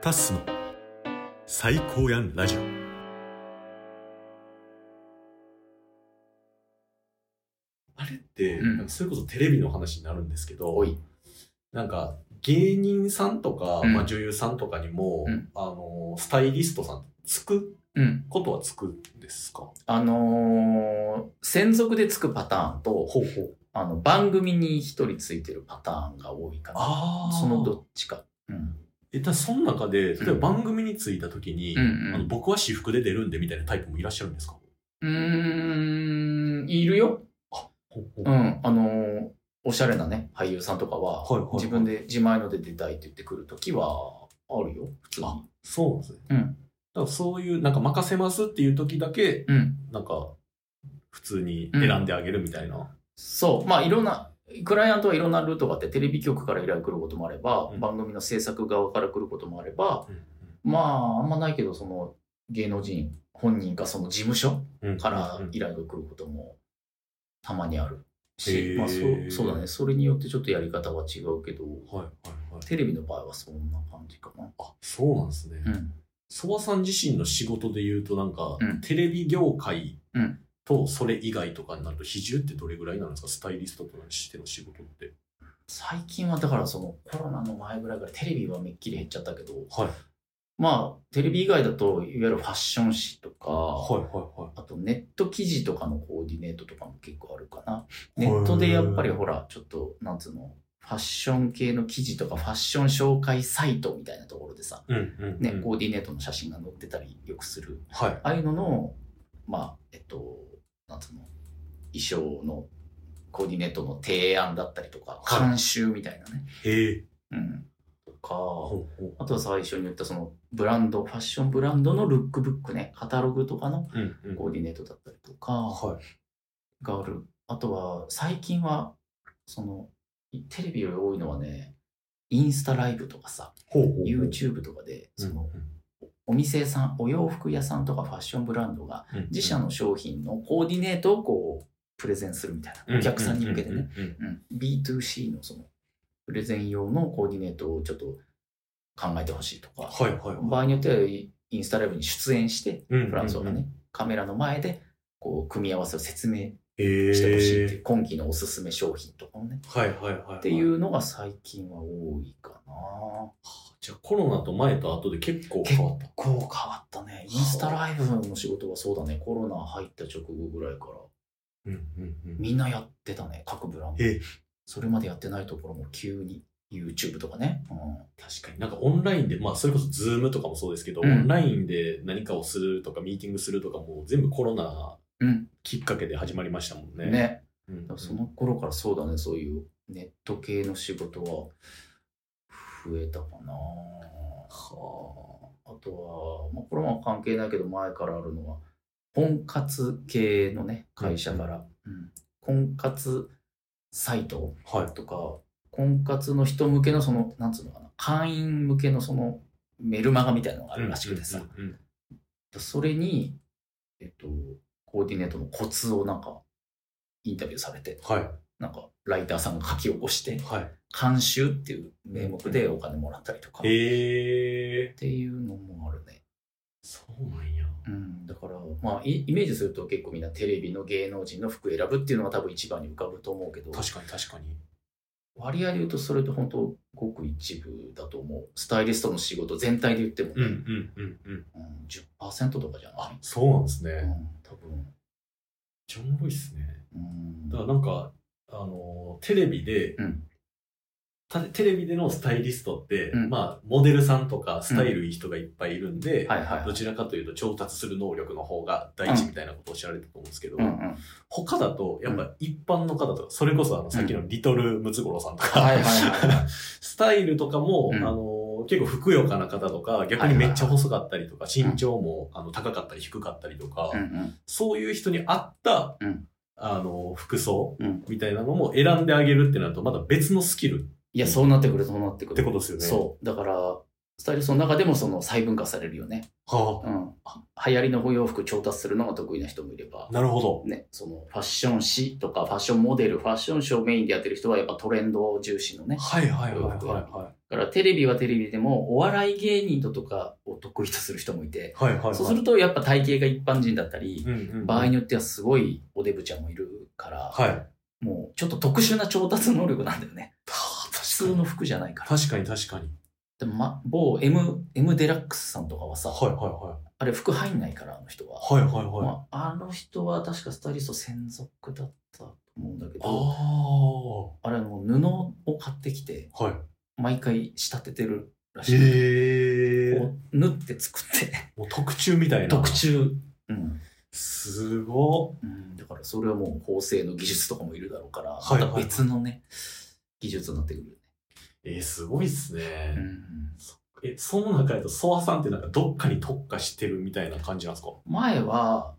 タッスの最高やんラジオあれって、うんなんかそれこそテレビの話になるんですけど、多い。なんか芸人さんとか、うんまあ、女優さんとかにも、うんあのスタイリストさんつくうん。ことはつくんですかあのー専属でつくパターンと、ほうほうあの、番組に一人ついてるパターンが多いかな。ああそのどっちか。うん。えだその中で例えうんば番組についた時に、うんあの僕は私服で出るんでみたいなタイプもいらっしゃるんですかうん。うーん、いるよ。ほうほううん。あのーおしゃれなね、俳優さんとかは、はいはいはい自分で自前ので出たいって言ってくるときは、あるよ。普通に。あそうなんですね。うんだからそういう、なんか任せますっていう時だけ、うん。なんか、普通に選んであげるみたいな。そう。まあ、いろんな、クライアントはいろんなルートがあって、テレビ局から依頼来ることもあれば、うん番組の制作側から来ることもあれば、うんまあ、あんまないけど、その、芸能人、本人かその事務所うんからうん依頼が来ることも、たまにあるへしー、まあそう、そうだね。それによってちょっとやり方は違うけど、はいはいはい。テレビの場合はそんな感じかな。あ、そうなんですね。うん。ソワさん自身の仕事で言うと、なんか、うんテレビ業界うんとそれ以外とかになると、比重ってどれぐらいなんですかスタイリストとしての仕事って。最近はだからそのコロナの前ぐらいからテレビはめっきり減っちゃったけど、はい。まあ、テレビ以外だと、いわゆるファッション誌とか、はいはいはい。あとネット記事とかのコーディネートとかも結構あるかな。ネットでやっぱりほら、ちょっと、なんつうの、ファッション系の記事とかファッション紹介サイトみたいなところでさ、うんうん、うん。ね、コーディネートの写真が載ってたりよくする。はい。ああいうのの、まあ、えっと、なんつうの、衣装のコーディネートの提案だったりとか、はい監修みたいなね。へえ。うん。とか、ほうほうあとは最初に言ったそのブランド、ファッションブランドのルックブックね、カタログとかのうんうん。コーディネートだったりとか、はい。がある。あとは、最近は、その、いテレビより多いのはね、インスタライブとかさ、ほうほうほう。 YouTube とかで、その、うんうんお店さん、お洋服屋さんとかファッションブランドが、うんうん自社の商品のコーディネートをこう、プレゼンするみたいな。お客さんに向けてね。。うんうんうんうん。B2C のその、プレゼン用のコーディネートをちょっと考えてほしいとか、はいはいはい。場合によってはイインスタライブに出演して、うんうんうんフランス語がね、カメラの前で、こう、組み合わせを説明へえ。してほしいっていう、今期のおすすめ商品とかもね。はいはいはいはい。ってい。うのが最近は多いかな。じゃあコロナと前と後で結構結変わ構った。変わったね。インスタライブの仕事はそうだね。コロナ入った直後ぐらいから、うんうんうん。みんなやってたね。各ブランドええ。それまでやってないところも急に YouTube とかね。う確かになんかオンラインで、まあそれこそズームとかもそうですけど、うんオンラインで何かをするとかミーティングするとかも全部コロナうんきっかけで始まりましたもんね。ん。。ね。うんうん、その頃からそうだね。そういうネット系の仕事は増えたかな。はあとは、まあ、これは関係ないけど前からあるのは婚活系のね会社から、うん婚活サイトあ。はい。とか婚活の人向けのそのなんつうのかな会員向けのそのメルマガみたいなのがあるらしくてさ、うんうんそれに、えっと、コーディネートのコツをなんかインタビューされてはい。なんかライターさんが書き起こしてはい。監修っていう名目でお金もらったりとか、っへえ。ていうのもあるね。そうなんや。うん、だから、まあ、イイメージすると結構みんなテレビの芸能人の服選ぶっていうのが多分一番に浮かぶと思うけど、確かに確かに。割合で言うとそれって本当ごく一部だと思う。スタイリストの仕事全体で言っても、うんうんうんうん。うん、10%とかじゃなあい、そうなんですうね。ん、多分。めっちゃおもろいっすね。うんだからなんか、あのテレビで、うんたテレビでのスタイリストって、うんまあ、モデルさんとかスタイルいい人がいっぱいいるんで、はいはいはどい。ちらかというと調達する能力の方が第一みたいなことをおっしゃられたと思うんですけど、うんうん、他だと、やっぱ一般の方とか、それこそあの、さっきのリトルムツゴロウさんとか、はいはいは スタイルとかも、うんあの、結構ふくよかな方とか、逆にめっちゃ細かったりとか、身長も、あの高かったり低かったりとか、い。うんそういう人に合った、うんあの、服装うんみたいなのも選んであげるってなると、まだ別のスキルっいや、そうなってくる、そうなってくる。てことですよね。そう。だから、スタイリストの中でもその細分化されるよね。はうん。流行りのお洋服調達するのが得意な人もいればあ、、なるほど。ね、そのファッション誌とかファッションモデル、ファッションショーをメインでやってる人はやっぱトレンド重視のね。はいはいはいはいはだからテレビはテレビでもお笑い芸人とかを得意とする人もいて、い。はいはいはい。そうするとやっぱ体型が一般人だったり、うんうんうん場合によってはすごいおデブちゃんもいるから、はい。もうちょっと特殊な調達能力なんだよね。普通の服じゃないから。確かに確かに。でもま、某 M、M デラックスさんとかはさ、はいはあれ服入んないから、あの人は。いはい。はいはいはい。まあ、あの人は確かスタイリスト専属だったと思うんだけあど、あ。あれはもう布を買ってきて、はい。毎回仕立ててるらしい。ええこう縫って作って、もう特注みたいな。特。注。うん。すごっ。うん、だからそれはもう縫製の技術とかもいるだろうから、はいはいまた別のね、技術になってくるよね。えー、すごいっすね。うんえ、その中だと、ソワさんってなんかどっかに特化してるみたいな感じなんですか前は、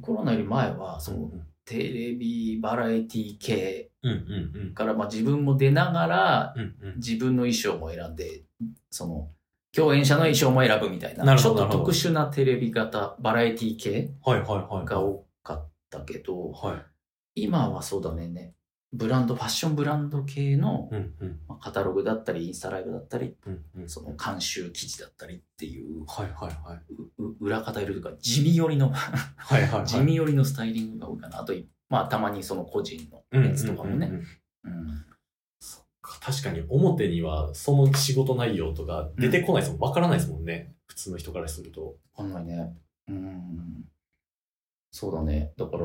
コロナより前は、そのんテレビバラエティ系うんうん。から、まあ自分も出ながら、うんうん。自分の衣装も選んで、その、共演者の衣装も選ぶみたいな、なるちほょどっとなるほ特ど殊なテレビ型、バラエティ系はいはいはい。が多かったけど、はい。今はそうだねね、ブランド、ファッションブランド系のうんうん。まあカタログだったり、インスタライブだったり、うんうん。その監修記事だったりっていう、はいはいはい。うう裏方いるというか、地味寄りの、はいはいはい。地味寄りのスタイリングが多いかな。あと、まあ、たまにその個人うんのうんうんやうんつとかもね。。うん確かに表にはその仕事内容とか出てこないですもん。わからないですもんね。普通の人からすると。わかんないね。うん。そうだね。だから、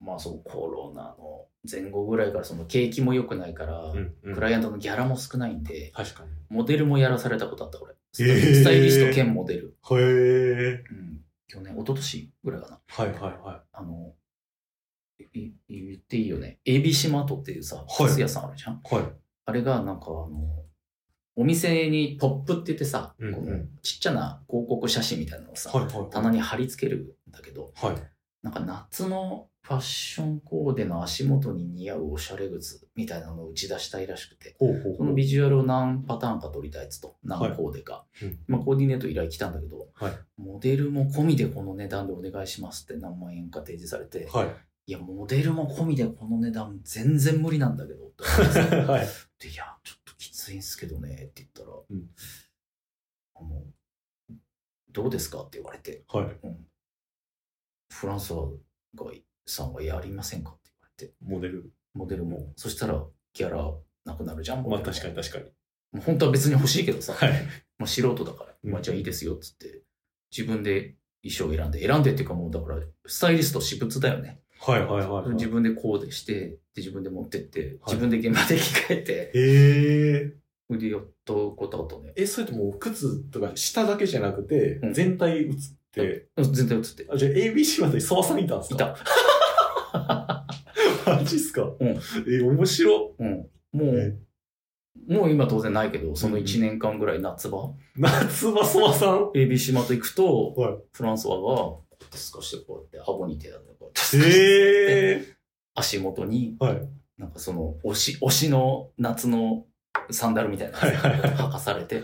まあそう、コロナの前後ぐらいから、その景気も良くないから、うんうんクライアントのギャラも少ないんで、確かに。モデルもやらされたことあった、俺。スタイへースタイリスト兼モデル。へえ。うん。去年、一昨年ぐらいかな。はいはいはあの、いい言っていいよね。ABC マートっていうさ、はい靴屋さんあるじゃん。い。はい。あれがなんかあの、お店にポップって言ってさ、うんうんこのちっちゃな広告写真みたいなのをさ、はいはい。棚に貼り付けるんだけど、はい。なんか夏のファッションコーデの足元に似合うおしゃれ靴みたいなのを打ち出したいらしくて、ほうほうそほのう。ビジュアルを何パターンか撮りたいっつと、何コーデか。うんまあ、コーディネート依頼来たんだけど、はいモデルも込みでこの値段でお願いしますって何万円か提示されて、、はいや、モデルも込みでこの値段全然無理なんだけどって思って い。さはい。で、いや、ちょっときついんすけどね、って言ったら、んあの、どうですかって言われて、はい。フランスはがさんはやりませんかって言モわれて、デル。モデルも。そしたら、ギャラなくなるじゃん。まあ確かに確かに。に。本当は別に欲しいけどさ、はい。まあ、素人だから、うんまあ、じゃあいいですよっつって、自分で衣装を選んで、選んでっていうかもうだから、スタイリスト私物だよね。はいはいはいはい自。分でコーデして、で自分で持ってって、い自分で現場で着替えて、へえ。それでやったことあったね。え、それともう靴とか下だけじゃなくてう、ん全体映って、全体映って。あ、じゃあ ABC までに沢さんいたんですいかた。 た。マジっすかうんえ、面白。うん。もえう、もう今当然ないけど、その1年間ぐらい夏場、夏場沢さん。 ABC マート行くと、はいフランソワが、こうやって透かしてこうやって、顎に手当てて、こうやってへえ。足元に、はい。なんかその、推し、推しの夏のサンダルみたいなはいやつはいはい履かされて、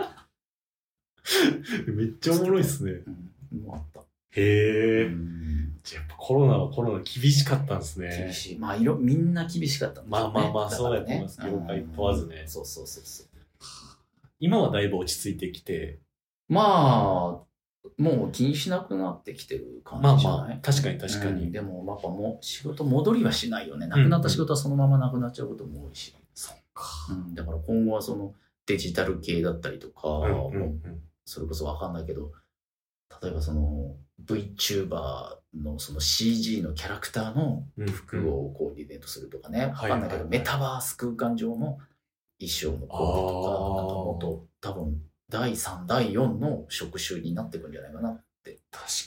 めっちゃおもろいっすね。うん、もうあった。へうえ。んじゃあやっぱコロナはコロナ厳しかったんですね。厳しい。まあ、いろ、みんな厳しかったんでしまょあうねまあまあそうだとから思います業界問わずねうんそうそうそうそう。今はだいぶ落ち着いてきて、まあ、もう気にしなくなってきてる感まあじじゃない、まあ、確かに確かうんに。でも、やっぱもう仕事戻りはしないよね。なくなった仕事はそのままなくなっちゃうことも多いし。そっか。うん、だから今後はそのデジタル系だったりとか、うんうんうもうんそれこそわかんないけど、例えばその VTuber のその CG のキャラクターのうん服をコーディネートするとかね、わはいかんないけど、はいメタバース空間上の衣装のコーデとか、ああーともっと多分第3、第4の職種になってくんじゃないかな。確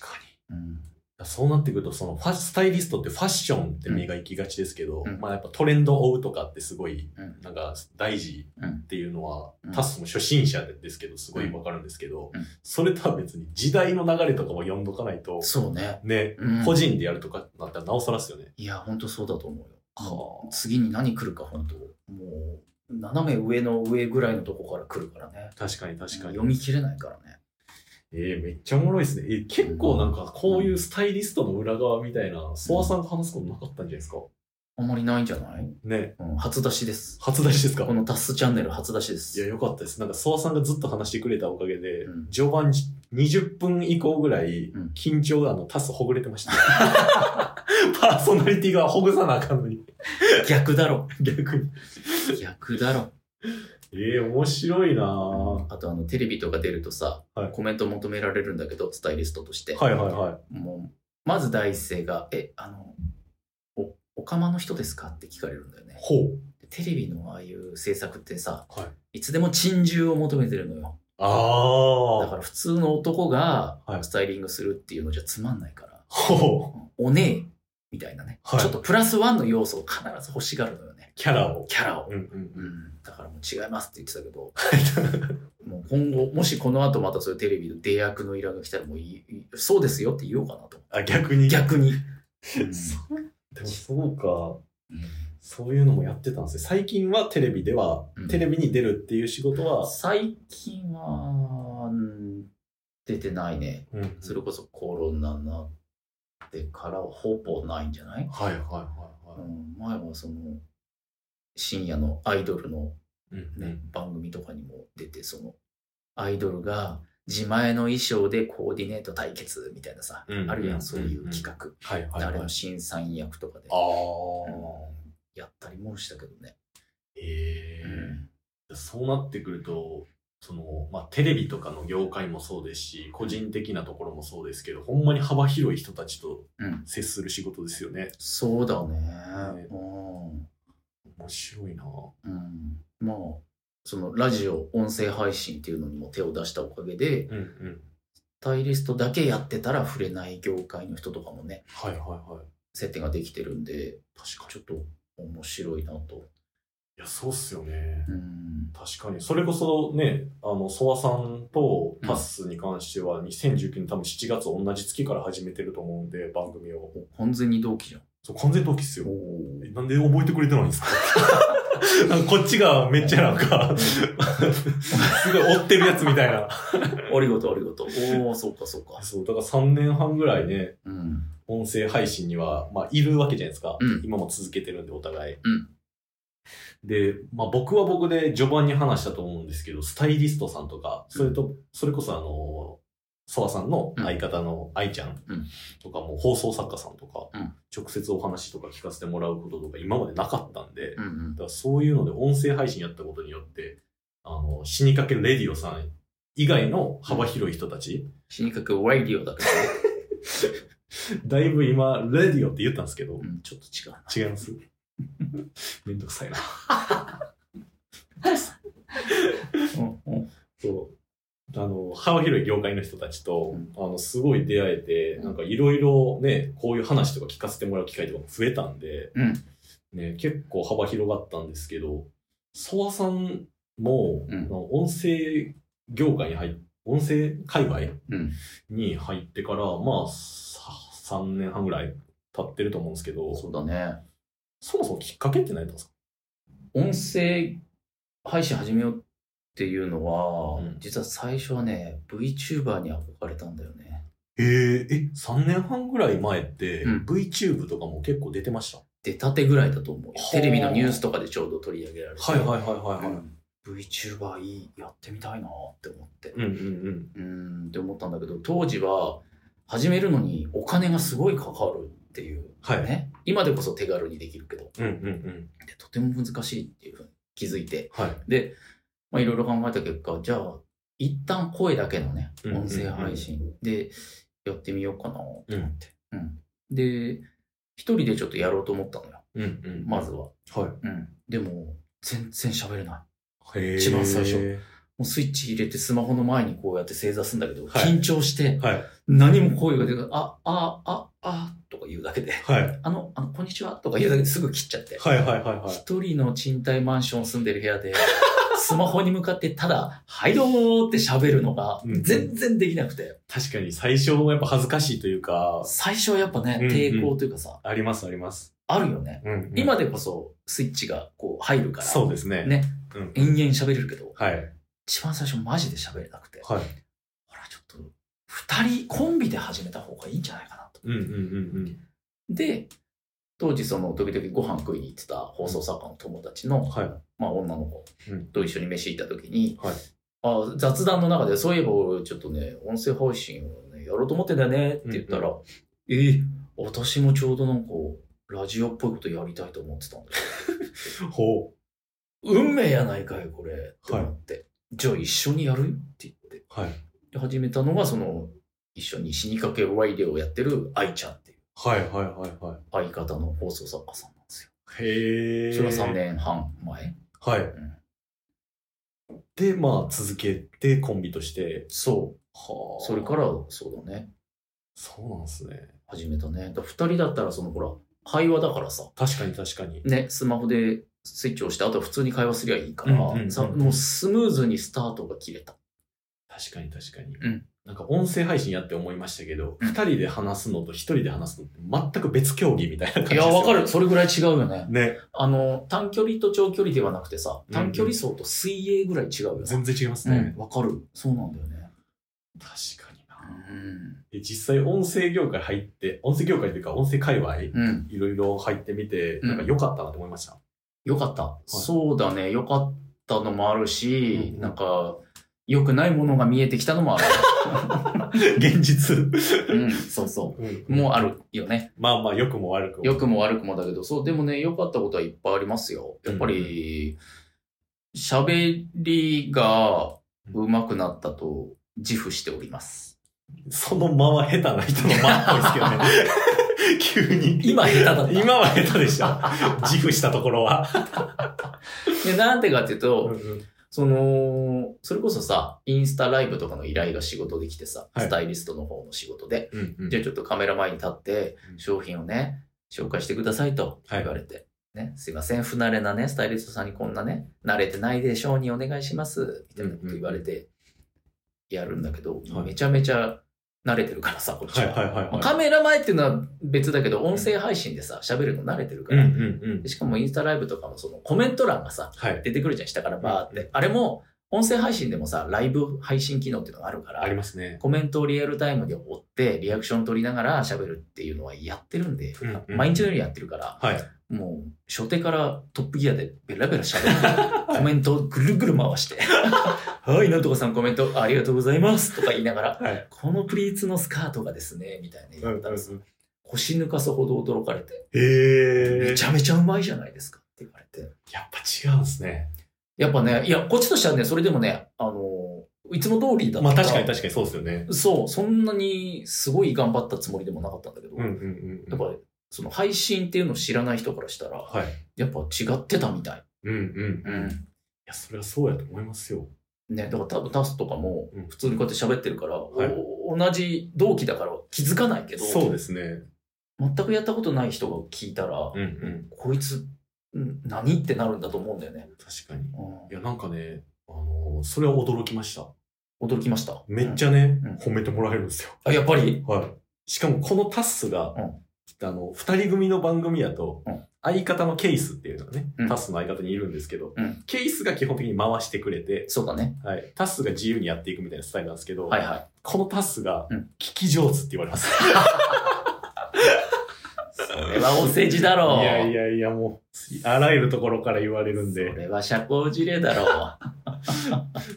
かに。うん、そうなってくると、そのファスタイリストってファッションって目が行きがちですけど、うんまあやっぱトレンドを追うとかってすごい、うんなんか大事っていうのは、うんタスも初心者ですけど、すごいわかるんですけど、うんそれとは別に時代の流れとかも読んどかないと、そうね。ね、うん個人でやるとかってなったらなおさらっすよね。いや、本当そうだと思うよ。はあ次に何来るか、本当も斜め上の上ぐらいのとこから来るからね。確かに確かに。読み切れないからね。えー、めっちゃおもろいですね。えー結構なんかこういうスタイリストの裏側みたいな、ソワさんと話すことなかったんじゃないですか。あんまりないんじゃない、ね。うん、初出しです。初出しですかこのタスチャンネル初出しでいや、す。よかったです。なんか、ソワさんがずっと話してくれたおかげで、うん序盤じ20分以降ぐらいうん、緊張が、あの、タスほぐれてました。パーソナリティがほぐさなあかんのに、逆だろ。逆に。逆だろ。ええ面白いなぁ。あとあの、テレビとか出るとさ、はいコメント求められるんだけど、スタイリストとして。はいはいはもう、まず第一声が、え、あの、お、おかまの人ですかって聞かれるんだよねい。。ほう。テレビのああいう制作ってさ、、はいつでも珍獣を求めてるのよ。だあかあ。ら普通の男がはいスタイリングするっていうのじゃつまんないから、ほう。おねえみたいなね、はいちょっとプラスワンの要素を必ず欲しがるのよね。キャラを。キャラを。うんうんううん。ん、だからもう違いますって言ってたけど、もう今後、もしこの後またそういうテレビの出役の依頼が来たらもういい、そうですよって言おうかなと。 あ、逆に。逆に。そうでもそうか。そういうのもやってたんですね。最近はテレビでは、うんテレビに出るっていう仕事は、最近は、うん出てないね。うんそれこそコロナになってからはほぼないんじゃない、はいはいはいうはん、前はその深夜のアイドルの、い。うんね番組とかにも出てそのアイドルが自前の衣装でコーディネート対決みたいなさ、うんあるうんやうんんそういう企画、はいはいあれはいの。審査員役とかでああ、うんやったりもしたけどね、ええそうなってくると、その、まあ、テレビとかの業界もそうですし、個人的なところもそうですけど、ほんまに幅広い人たちとうん接する仕事ですよね。そうだねねうん面白いなうん、まあそのラジオ音声配信っていうのにも手を出したおかげでうんうん。スタイリストだけやってたら触れない業界の人とかもねはいはいはい。接点ができてるんで確かに。ちょっと面白いなと、いや、そうっすよね。うん、確かに。それこそね、あの、ソワさんとタッスに関しては、2019年多分7月同じ月から始めてると思うんで、番組を。お完全に同期じゃんそう、完全同期っすよ。おーなんで覚えてくれてないんですか なんかこっちがめっちゃなんか、 すごい追ってるやつみたいな。ありがとうありがとうおおそうかそうかそう、だから3年半ぐらいね、うんうん音声配信には、まあ、いるわけじゃないですか。うん今も続けてるんで、お互い。うんで、まあ、僕は僕で序盤に話したと思うんですけど、スタイリストさんとか、それと、それこそあの、ソワさんの相方の愛ちゃんうんとかも、放送作家さんとか、うん直接お話とか聞かせてもらうこととか、今までなかったんで、うんだからそういうので音声配信やったことによって、あの、死にかけレディオさん以外の幅広い人たち、死にかけワイリオだけど、ねだいぶ今、レディオって言ったんですけどう、ん、ちょっと違うな違いますめんどくさいな。うんうんそう。あの、幅広い業界の人たちと、うんあの、すごい出会えて、なんかいろいろね、こういう話とか聞かせてもらう機会とかも増えたんで、うんね、結構幅広がったんですけど、ソワさんも、うんあの音声業界に入っ音声界隈うんに入ってから、まあ、さ3年半ぐらい経ってると思うんですけど、そうだねそもそもきっかけって何だったんですか音声配信始めようっていうのは、うん実は最初はね VTuber に憧れたんだよねえええ、3年半ぐらい前って、うん VTube とかも結構出てました。出たてぐらいだと思うよはあテレビのニュースとかでちょうど取り上げられて、はいはいはいはいはい。うん、VTuber いいやってみたいなって思ってうんうんうーんって思ったんだけど当時は始めるのにお金がすごいかかるっていう、はいね今でこそ手軽にできるけどうん。うんうんうん。でとても難しいっていうふうに気づいてはい。で、まあ、いろいろ考えた結果、じゃあ、一旦声だけのね、うんうんうん音声配信でやってみようかなと思って。うんで、一人でちょっとやろうと思ったのよ、うんうんまずは。はうんでも、全然喋れない。もい。へー一番最初。うスイッチ入れてスマホの前にこうやって正座するんだけど、はい緊張して、はい。何も声が出ない。あ、あ、あ、あ、とか言うだけで、はい。あの、あの、こんにちはとか言うだけですぐ切っちゃって。はいはいはいはい。一人の賃貸マンション住んでる部屋で、 スマホに向かってただ、はいどうもって喋るのが、うん全然できなくて、確かに最初はやっぱ恥ずかしいというか、最初はやっぱねうん、うん抵抗というかさ、ありますあります。あるよね。うんうん今でこそスイッチがこう入るから、そうですね。ね、うん延々喋れるけど、はい。一番最初マジで喋れなくて、はい。ほら、ちょっと、二人、コンビで始めた方がいいんじゃないかなと。うんうんうんで、当時その、時々ご飯食いに行ってた放送作家の友達うの、ん。はい。まあ女の子うんと一緒に飯行った時に、はいあ雑談の中で、そういえば俺ちょっとね、音声配信をね、やろうと思ってんだよねって言ったら、えー私もちょうどなんか、ラジオっぽいことやりたいと思ってたんだよ。 ほ運命やないかい、これ。って思って。じゃあ一緒にやるって言って。う。はい。で始めたのが、その、一緒に死にかけワイデオをやってる愛ちゃんっていうはいはいはいは相方の放送作家さんなんですよ。い。へえ。それが3年半前。はいん。で、まあ、続けてコンビとして。そう。はそれから、そうだね。そうなんですね。始めたね。だ2人だったら、そのほら、会話だからさ、確かに確かに。ね、スマホでスイッチを押して、あとは普通に会話すりゃいいから、うんうんうんさもうスムーズにスタートが切れた。確かに確かに。うんなんか音声配信やって思いましたけど、うん二、人で話すのと一人で話すのって全く別競技みたいな感じいですや、よわかる。。それぐらい違うよね。ね。あの、短距離と長距離ではなくてさ、うん短距離走と水泳ぐらい違うよね。全然違いますうね。ん、わかる。そうなんだよね。確かにな。で、実際音声業界入って、音声業界というか音声界隈、いうん。うん。ろいろ入ってみて、うんなんか良かったなと思いました。よかった。そうだね。よかったのもあるし、うんなんか、良くないものが見えてきたの もある。現実。うん、そうそうんう。もうあるよね。まあまあ、良くも悪くも。良くも悪くもだけど、そう、でもね、良かったことはいっぱいありますよ。やっぱり、喋りが上手くなったと自負しております。その間は下手な人の間っぽいです けどね。急に。今下手だった今は下手でした。自負したところ は。で、なんでかっていうと、うんその、それこそさ、インスタライブとかの依頼が仕事できてさ、はいスタイリストの方の仕事で、うんじゃあちょっとカメラ前に立ってう、ん商品をね、紹介してくださいと言われて。ね、すいません、不慣れなね、スタイリストさんにこんなね、慣れてないで商品お願いします、みたいなこと言われて、やるんだけど、はいめちゃめちゃ慣れてるからさ、こっちはいは。はいはいまあはい。カメラ前っていうのは別だけど、音声配信でさ、喋るの慣れてるかうんうら。んうんで。しかもインスタライブとかもそのコメント欄がさ、はい。出てくるじゃん、下からバーっうて。あれも、音声配信でもさ、ライブ配信機能っていうのがあるから、ありますね。コメントをリアルタイムで追って、リアクション取りながら喋るっていうのはやってるんで、うんうん毎日のようにやってるから、はい。もう、初手からトップギアでベラベラ喋 る。コメントをぐるぐる回して、はい、なんとかさんコメントありがとうございますとか言いながら、はい。このプリーツのスカートがですね、みたいな言ったら、腰抜かすほど驚かれて、へえめ。ちゃめちゃうまいじゃないですかって言われて。やっぱ違うんですね。やっぱね、いや、こっちとしてはね、それでもね、あの、いつも通りだったまあ確かに確かにそうですよね。そう、そんなにすごい頑張ったつもりでもなかったんだけど、うんうんうやんっ。ぱその配信っていうのを知らない人からしたら、はい。やっぱ違ってたみたい。うんうんうん。いや、それはそうやと思いますよ。ね、だから多分タスとかもうん普通にこうやって喋ってるから、はいお同じ同期だから気づかないけど、そうですね。全くやったことない人が聞いたら、うんうん。こいつん何ってなるんだと思うんだよね。確かに。うんいや、なんかね、あのー、それは驚きました。驚きました。めっゃ、ちゃねうん、褒めてもらえるんですよ。あやっぱり、はい。しかもこのタッスが、うんあの、二人組の番組やと、うん相方のケイスっていうのがね、うんタッスの相方にいるんですけど、うんケイスが基本的に回してくれて、そうだね。はい、タッスが自由にやっていくみたいなスタイルなんですけど、はいはい。このタッスが、うん聞き上手って言われます。それはお世辞だろ う。いやいやいや、もう、あらゆるところから言われるんそで、れは社交辞令だ ろ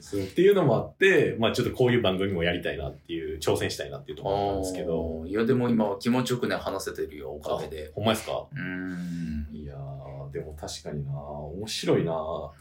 そうっていうのもあって、まあちょっとこういう番組もやりたいなっていう、挑戦したいなっていうとう。ころなんですけど、おーいやでも今は気持ちよくね、話せてるよ、おかげで。ほんまですかうーん。いやー、でも確かにな面白いな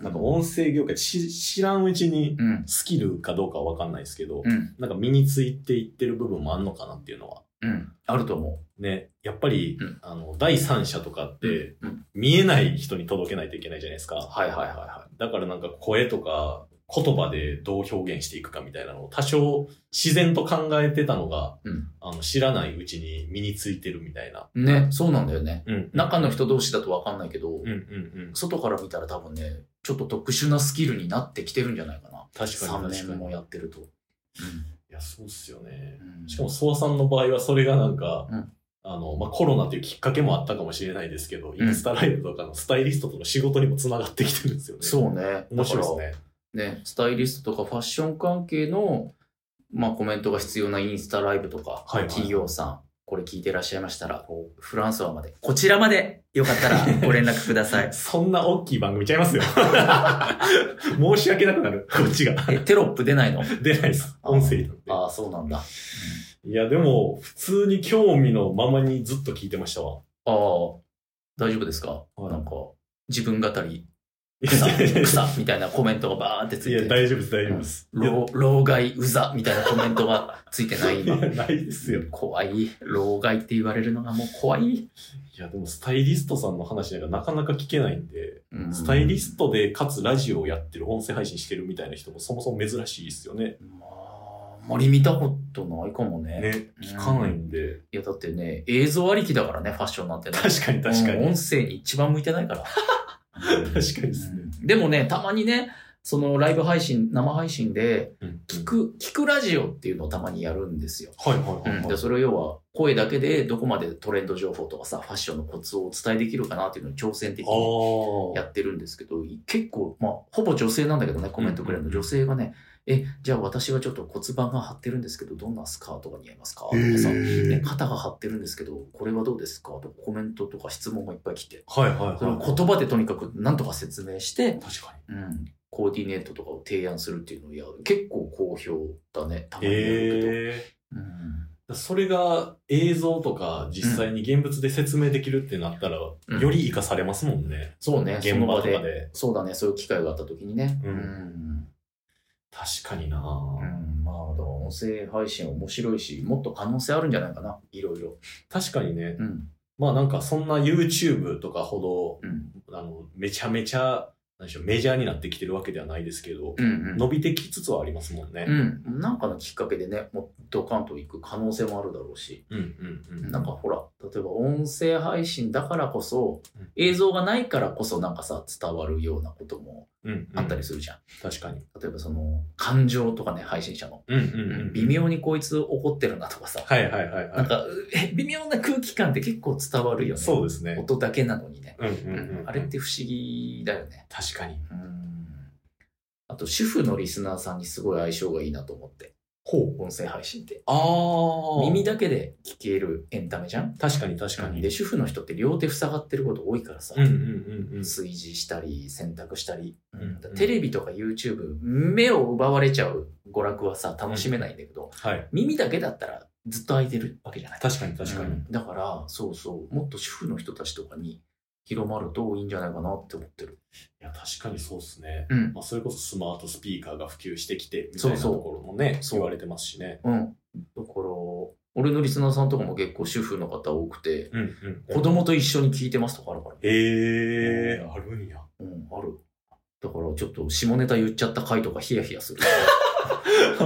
なんか音声業界、し知らんうちにうん。スキルかどうかはわかんないですけど、うん。なんか身についていってる部分もあんのかなっていうのは。うん。あると思ね、やっぱり、うんあの、第三者とかって、う。うん。見えない人に届けないといけないじゃないですか。はいはいはいはだからなんか声とか、言葉でどう表現していくかみたいなのを多少自然と考えてたのが、うんあの知らないうちに身についてるみたいな。い。ね、そうなんだよね。うん中の人同士だとわかんないけど、うんうんうん。外から見たら多分ね、ちょっと特殊なスキルになってきてるんじゃないかな。確か3に確か年に。もいやってると。や、そうっすよね。うんしかも、ソワさんの場合は、それがなんか、うんああの、まあ、コロナというきっかけもあったかもしれないですけど、んインスタライブとかのスタイリストとの仕事にもつながってきてるんですよね。そうね。面白いですね。ね、スタイリストとかファッション関係の、まあ、コメントが必要なインスタライブとか、はいはい。企業さん、これ聞いてらっしゃいましたら、フランスはまで、こちらまで、よかったらご連絡くださ いそんな大きい番組ちゃいますよ。 申し訳なくなる。こっちが。え、テロップ出ないの出ないです。音声なんで。ああ、そうなんだ。いや、でも、普通に興味のままにずっと聞いてましたわ。ああ、大丈夫ですか、はいなんか、自分語り、い 草、や、草みたいなコメントがバーってついいやて、大丈夫です、大丈夫です。いや老老害うざみたいなコメントがついてないいや今。ないですよ。怖い。老害って言われるのがもう怖い。いや、でもスタイリストさんの話なんかなかなか聞けないんで、うんスタイリストでかつラジオをやってる、音声配信してるみたいな人もそもそも珍しいですよね。まあ、あんまり見たことないかもね。ね、聞かないんで。いや、だってね、映像ありきだからね、ファッションなんてね。確かに確かうんに。音声に一番向いてないから。 確かにですね。うんでもね、たまにね、そのライブ配信、生配信で、うん聞く、聞くラジオっていうのをたまにやるんですよ。はいはいはいはでい。それを要は、声だけでどこまでトレンド情報とかさ、ファッションのコツをお伝えできるかなっていうのを挑戦的あにーやってるんですけど、結構、まあ、ほぼ女性なんだけどね、コメントくれるの。女性がね、え、じゃあ私はちょっと骨盤が張ってるんですけど、どんなスカートが似合いますかとかさ、ね、へー肩が張ってるんですけど、これはどうですかとかコメントとか質問がいっぱい来て、はいはいはい。それを言葉でとにかく何とか説明して、確かに。うん、コーディネートとかを提案するっていうのをやる結構好評だね、たまにやるけど。えうんー。それが映像とか実際に現物で説明できるってなったら、うんより活かされますもんね。そうね、そ現の場場とかで。で。そうだね、そういう機会があった時にね。うんん確かになうんまあ、だから音声配信面白いし、もっと可能性あるんじゃないかな、いろいろ。確かにね。うん。まあなんかそんな YouTube とかほうん。ど、あの、めちゃめちゃ、なんでしょう、メジャーになってきてるわけではないですけど、うん、うん。伸びてきつつはありますもんね。うん。なんかのきっかけでね、もっとカンと行く可能性もあるだろうし。うんうんうん。なんかほら、例えば音声配信だからこそうん、映像がないからこそなんかさ、伝わるようなこともうんうん、あったりするじゃん。確かに。例えばその、感情とかね、配信者の。うんうんうん。微。妙にこいつ怒ってるなとかさ、はいはいはい、はい。なんか、うえ微妙な空気感って結構伝わるよね。そうですね。音だけなのにね。うんうんうん。あれって不思議だよね。確かに。あと、主婦のリスナーさんにすごい相性がいいなと思って。ほう。音声配信って。ああ。耳だけで聞けるエンタメじゃん確かに確かに。で、主婦の人って両手塞がってること多いからさ。うんうんうんうん。炊事したり、洗濯したり。んうんテレビとか YouTube、目を奪われちゃう娯楽はさ、楽しめないんだけど、はい。耳だけだったらずっと開いてるわけじゃない確かに確かに。うんだから、そうそう、もっと主婦の人たちとかに広まるといいんじゃないかなって思ってる。いや、確かにそうですね。うん。まあ、それこそスマートスピーカーが普及してきて、みたいなそうそうところもね、そう言われてますしね。うん。だから、俺のリスナーさんとかも結構主婦の方多くて、うんうん。子供と一緒に聞いてますとかあるから。へえー、あるんや。うん、ある。だからちょっと下ネタ言っちゃった回とかヒヤヒヤす る。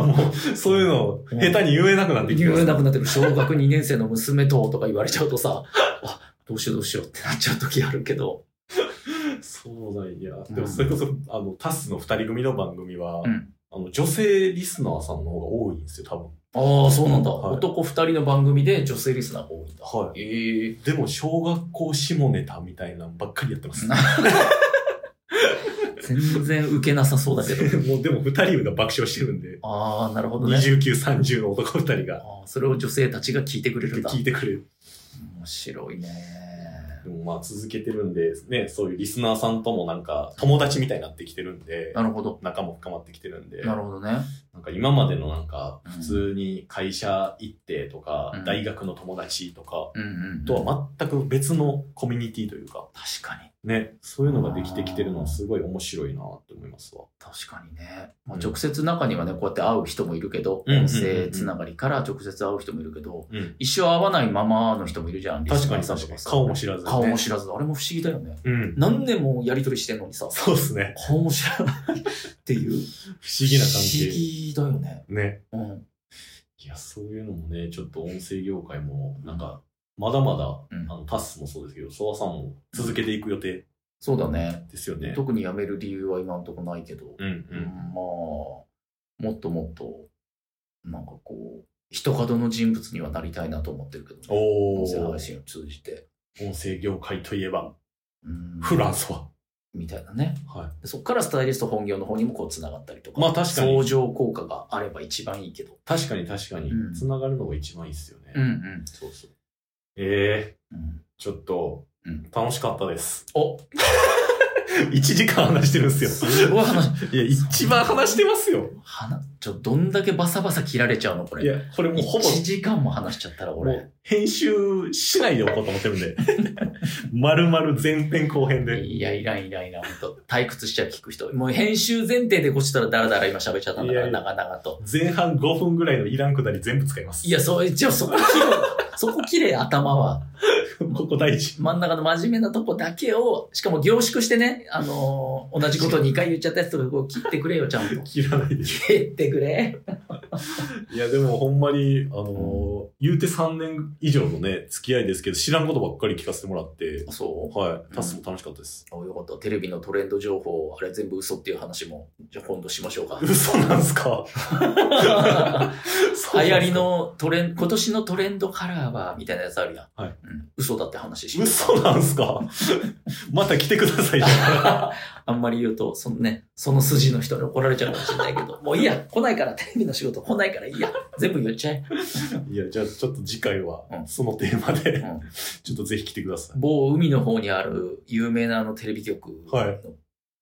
もう、そういうの、下手に言えなくなってきて言まえす。なくなってる小学2年生の娘ととか言われちゃうとさ、あ、どうしようどうしようってなっちゃう時あるけど。そうなんや。うんでも、それこそ、あの、タスの二人組の番組は、うんあの、女性リスナーさんの方が多いんですよ、多分。ああ、そうなんだ。はい男2人の番組で女性リスナーが多いんだ。はええい。でも、小学校下ネタみたいなのばっかりやってます。な全然受けなさそうだ けど。 もう、でも、二人が爆笑してるんで、ああ、なるほどね。 29、30の男二人が、あーそれを女性たちが聞いてくれるんだ。聞いてくれる。面白いね。でも、まあ、続けてるんで、ね、そういうリスナーさんともなんか、友達みたいになってきてるんでな、るほど。仲も深まってきてるんで、なるほどね。なんか今までのなんかうん普通に会社行ってとか、うん大学の友達とかうんうん。とは全く別のコミュニティというか、確かに。ね、そういうのができてきてるのはすごい面白いなって思いますわ。確かにね。まあ、うん直接中にはね、こうやって会う人もいるけど、うんうんうんうん音声つながりから直接会う人もいるけど、うん。一生会わないままの人もいるじゃん。確かにリスナーさ確かんとに。さ顔も知らず、ね。顔も知らず。あれも不思議だよね。うん。何年もやりとりしてんのにさ、そうですね。顔も知らないってい不う。思議な関不係。思議だよね。ね。うん。いや、そういうのもね、ちょっと音声業界も、なんか、まだまだ、うんあの、タッスもそうですけど、ソワさんも続けていく予定そうだね。ですよね。特に辞める理由は今んとこないけど、うんううんん。まあ、もっともっと、なんかこう、人角の人物にはなりたいなと思ってるけど、ね、お音声ー配信を通じて。音声業界といえば、うんフランソワ。みたいなね。はい。でそこからスタイリスト本業の方にもこう繋がったりとか。まあ確かに相乗効果があれば一番いいけど。確かに確かにうん、つながるのが一番いいっすよね。ん。そうそう。ええうん、ちょっとうん、楽しかったです。 お1時間話してるんですよ。すごい話。いや、一番話してますよ。話、ちょ、どんだけバサバサ切られちゃうのこれ。いや、これもうほぼ1時間も話しちゃったらも俺う。編集しないでおこうと思ってるんで。 丸々前編後編で。いや、いらんいらんいらん。本当退屈しちゃう聞く人。もう編集前提でこっちたらダラダラ今喋っちゃったんだかいやら、いや長々と。前半5分ぐらいのいらんくだり全部使います。いや、そう、一応そこ切れ、そこ切れ、頭は。 ここ大事。真ん中の真面目なとこだけを、しかも凝縮してね、あのー同じこと2回言っちゃったやつとかこう切ってくれよ、ちゃん と。切らないでし切ってくれ。ょ。いや、でもほんまに、あのー言うて3年以上のね、付き合いですけど、知らんことばっかり聞かせてもらって、そはい、タスも楽しかったです。。う。よかった。テレビのトレンド情報、あれ全部嘘っていう話も、じゃあ今度しましょうか 嘘なんすか流流行り。のトレン、今年のトレンドカラーは、みたいなやつあるやん。はいうん、嘘だって話し嘘なんすかまた来てくださいじゃん。 あんまり言うと、そのね、その筋の人に怒られちゃうかもしれないけど、もういいや、来ないから、テレビの仕事来ないからいいや、全部言っちゃえ。いや、じゃあちょっと次回はう、んそのテーマで、うんちょっとぜひ来てください。某海の方にある有名なあのテレビ局はいの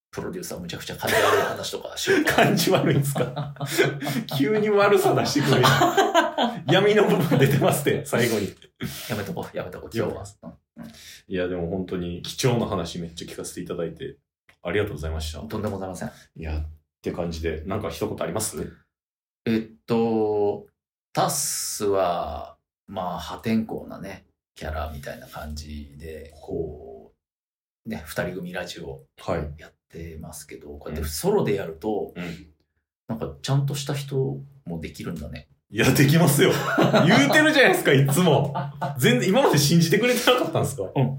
プロデューサーむちゃくちゃ金悪い話とかしよ うかな。感じ悪いんですか急に悪さ出してくるやん。闇の部分出てますって、最後に。やめとこう、やめとこう、今日は。いや、でも本当に貴重な話めっちゃ聞かせていただいて、ありがとうございましたうん。とんでもございません。いや、って感じで、なんか一言ありますえっと、タッスは、まあ、破天荒なね、キャラみたいな感じで、こう、ね、二人組ラジオはい。やってますけど、こうやってソロでやると、うんなんかちゃんとした人もできるんだね。いや、できます よ。言うてるじゃないですか、いつも。全然、今まで信じてくれてなかったんですかうん。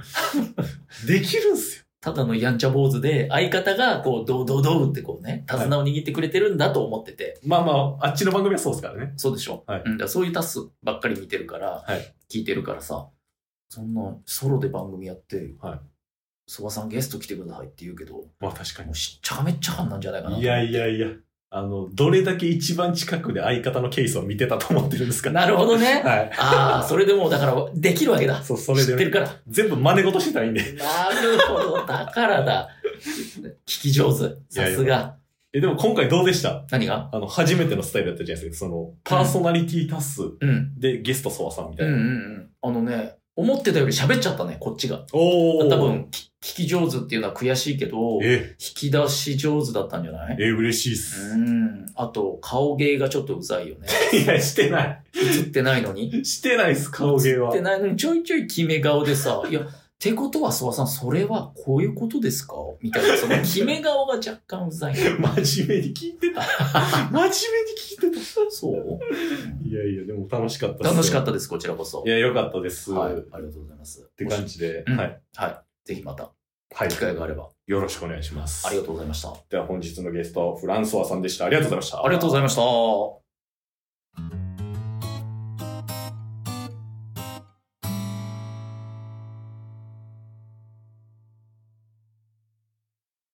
できるんすよ。ただのやんちゃ坊主で、相方がこう、どうどうどうってこうね、手綱を握ってくれてるんだと思ってて、まあまあ、あっちの番組はそうですからね。そうでしょ、はいうん、だからそういうタスばっかり見てるから、はい聞いてるからさ、そんなソロで番組やって、はいそばさんゲスト来てくださいって言うけど、もまあ確かうしっちゃかめっちゃかになんじゃないかな。いやいやいや。あの、どれだけ一番近くで相方のケースを見てたと思ってるんですかなるほ どね。はい。ああ、それでもうだから、できるわけだ。そう、それ知っでてね、るから。全部真似事してたらいいんで。なるほど。だからだ。聞き上手。さすいやいが。え、でも今回どうでした何があの、初めてのスタイルだったじゃないですか。その、パーソナリティタスうん。でゲストソワさんみうたんいうんな。うん。あのね、思ってたより喋っちゃったね、こっちが。お多ー。分、き聞き上手っていうのは悔しいけど、引え、き出し上手だったんじゃないえ、嬉しいっうす。ん。あと、顔芸がちょっとうざいよね。 いや、してない。映ってないのに。してないっす、顔芸映っはて。ないのにちょいちょい決め顔でさ、いや、ってことは、諏訪さん、それはこういうことですかみたいな、その決め顔が若干うざい。真面目に聞いて た。真面目に聞いてた。そういやいや、でも楽しかったっすよ楽しかったです、こちらこそ。いや、良かったです。はい。あっりがとうございます。って感。じで、うんはい。はい。ぜひまた、はい。機会があれば。よろしくお願いします。ありがとうございました。では本日のゲスト、フランソワさんでした。ありがとうございました。ありがとうございました。